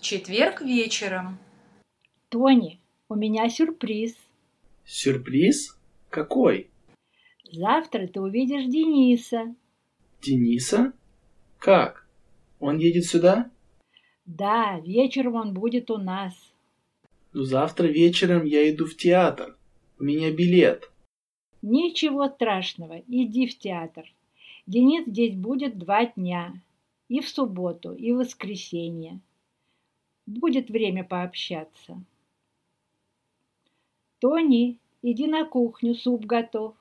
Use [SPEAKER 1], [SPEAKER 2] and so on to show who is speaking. [SPEAKER 1] четверг вечером.
[SPEAKER 2] Тони, у меня сюрприз.
[SPEAKER 3] Сюрприз? Какой?
[SPEAKER 2] Завтра ты увидишь Дениса.
[SPEAKER 3] Дениса? Как? Он едет сюда?
[SPEAKER 2] Да, вечером он будет у нас.
[SPEAKER 3] Ну, завтра вечером я иду в театр. У меня билет.
[SPEAKER 2] Ничего страшного, иди в театр. Денис здесь будет два дня. И в субботу, и в воскресенье. Будет время пообщаться. Тони, иди на кухню, суп готов.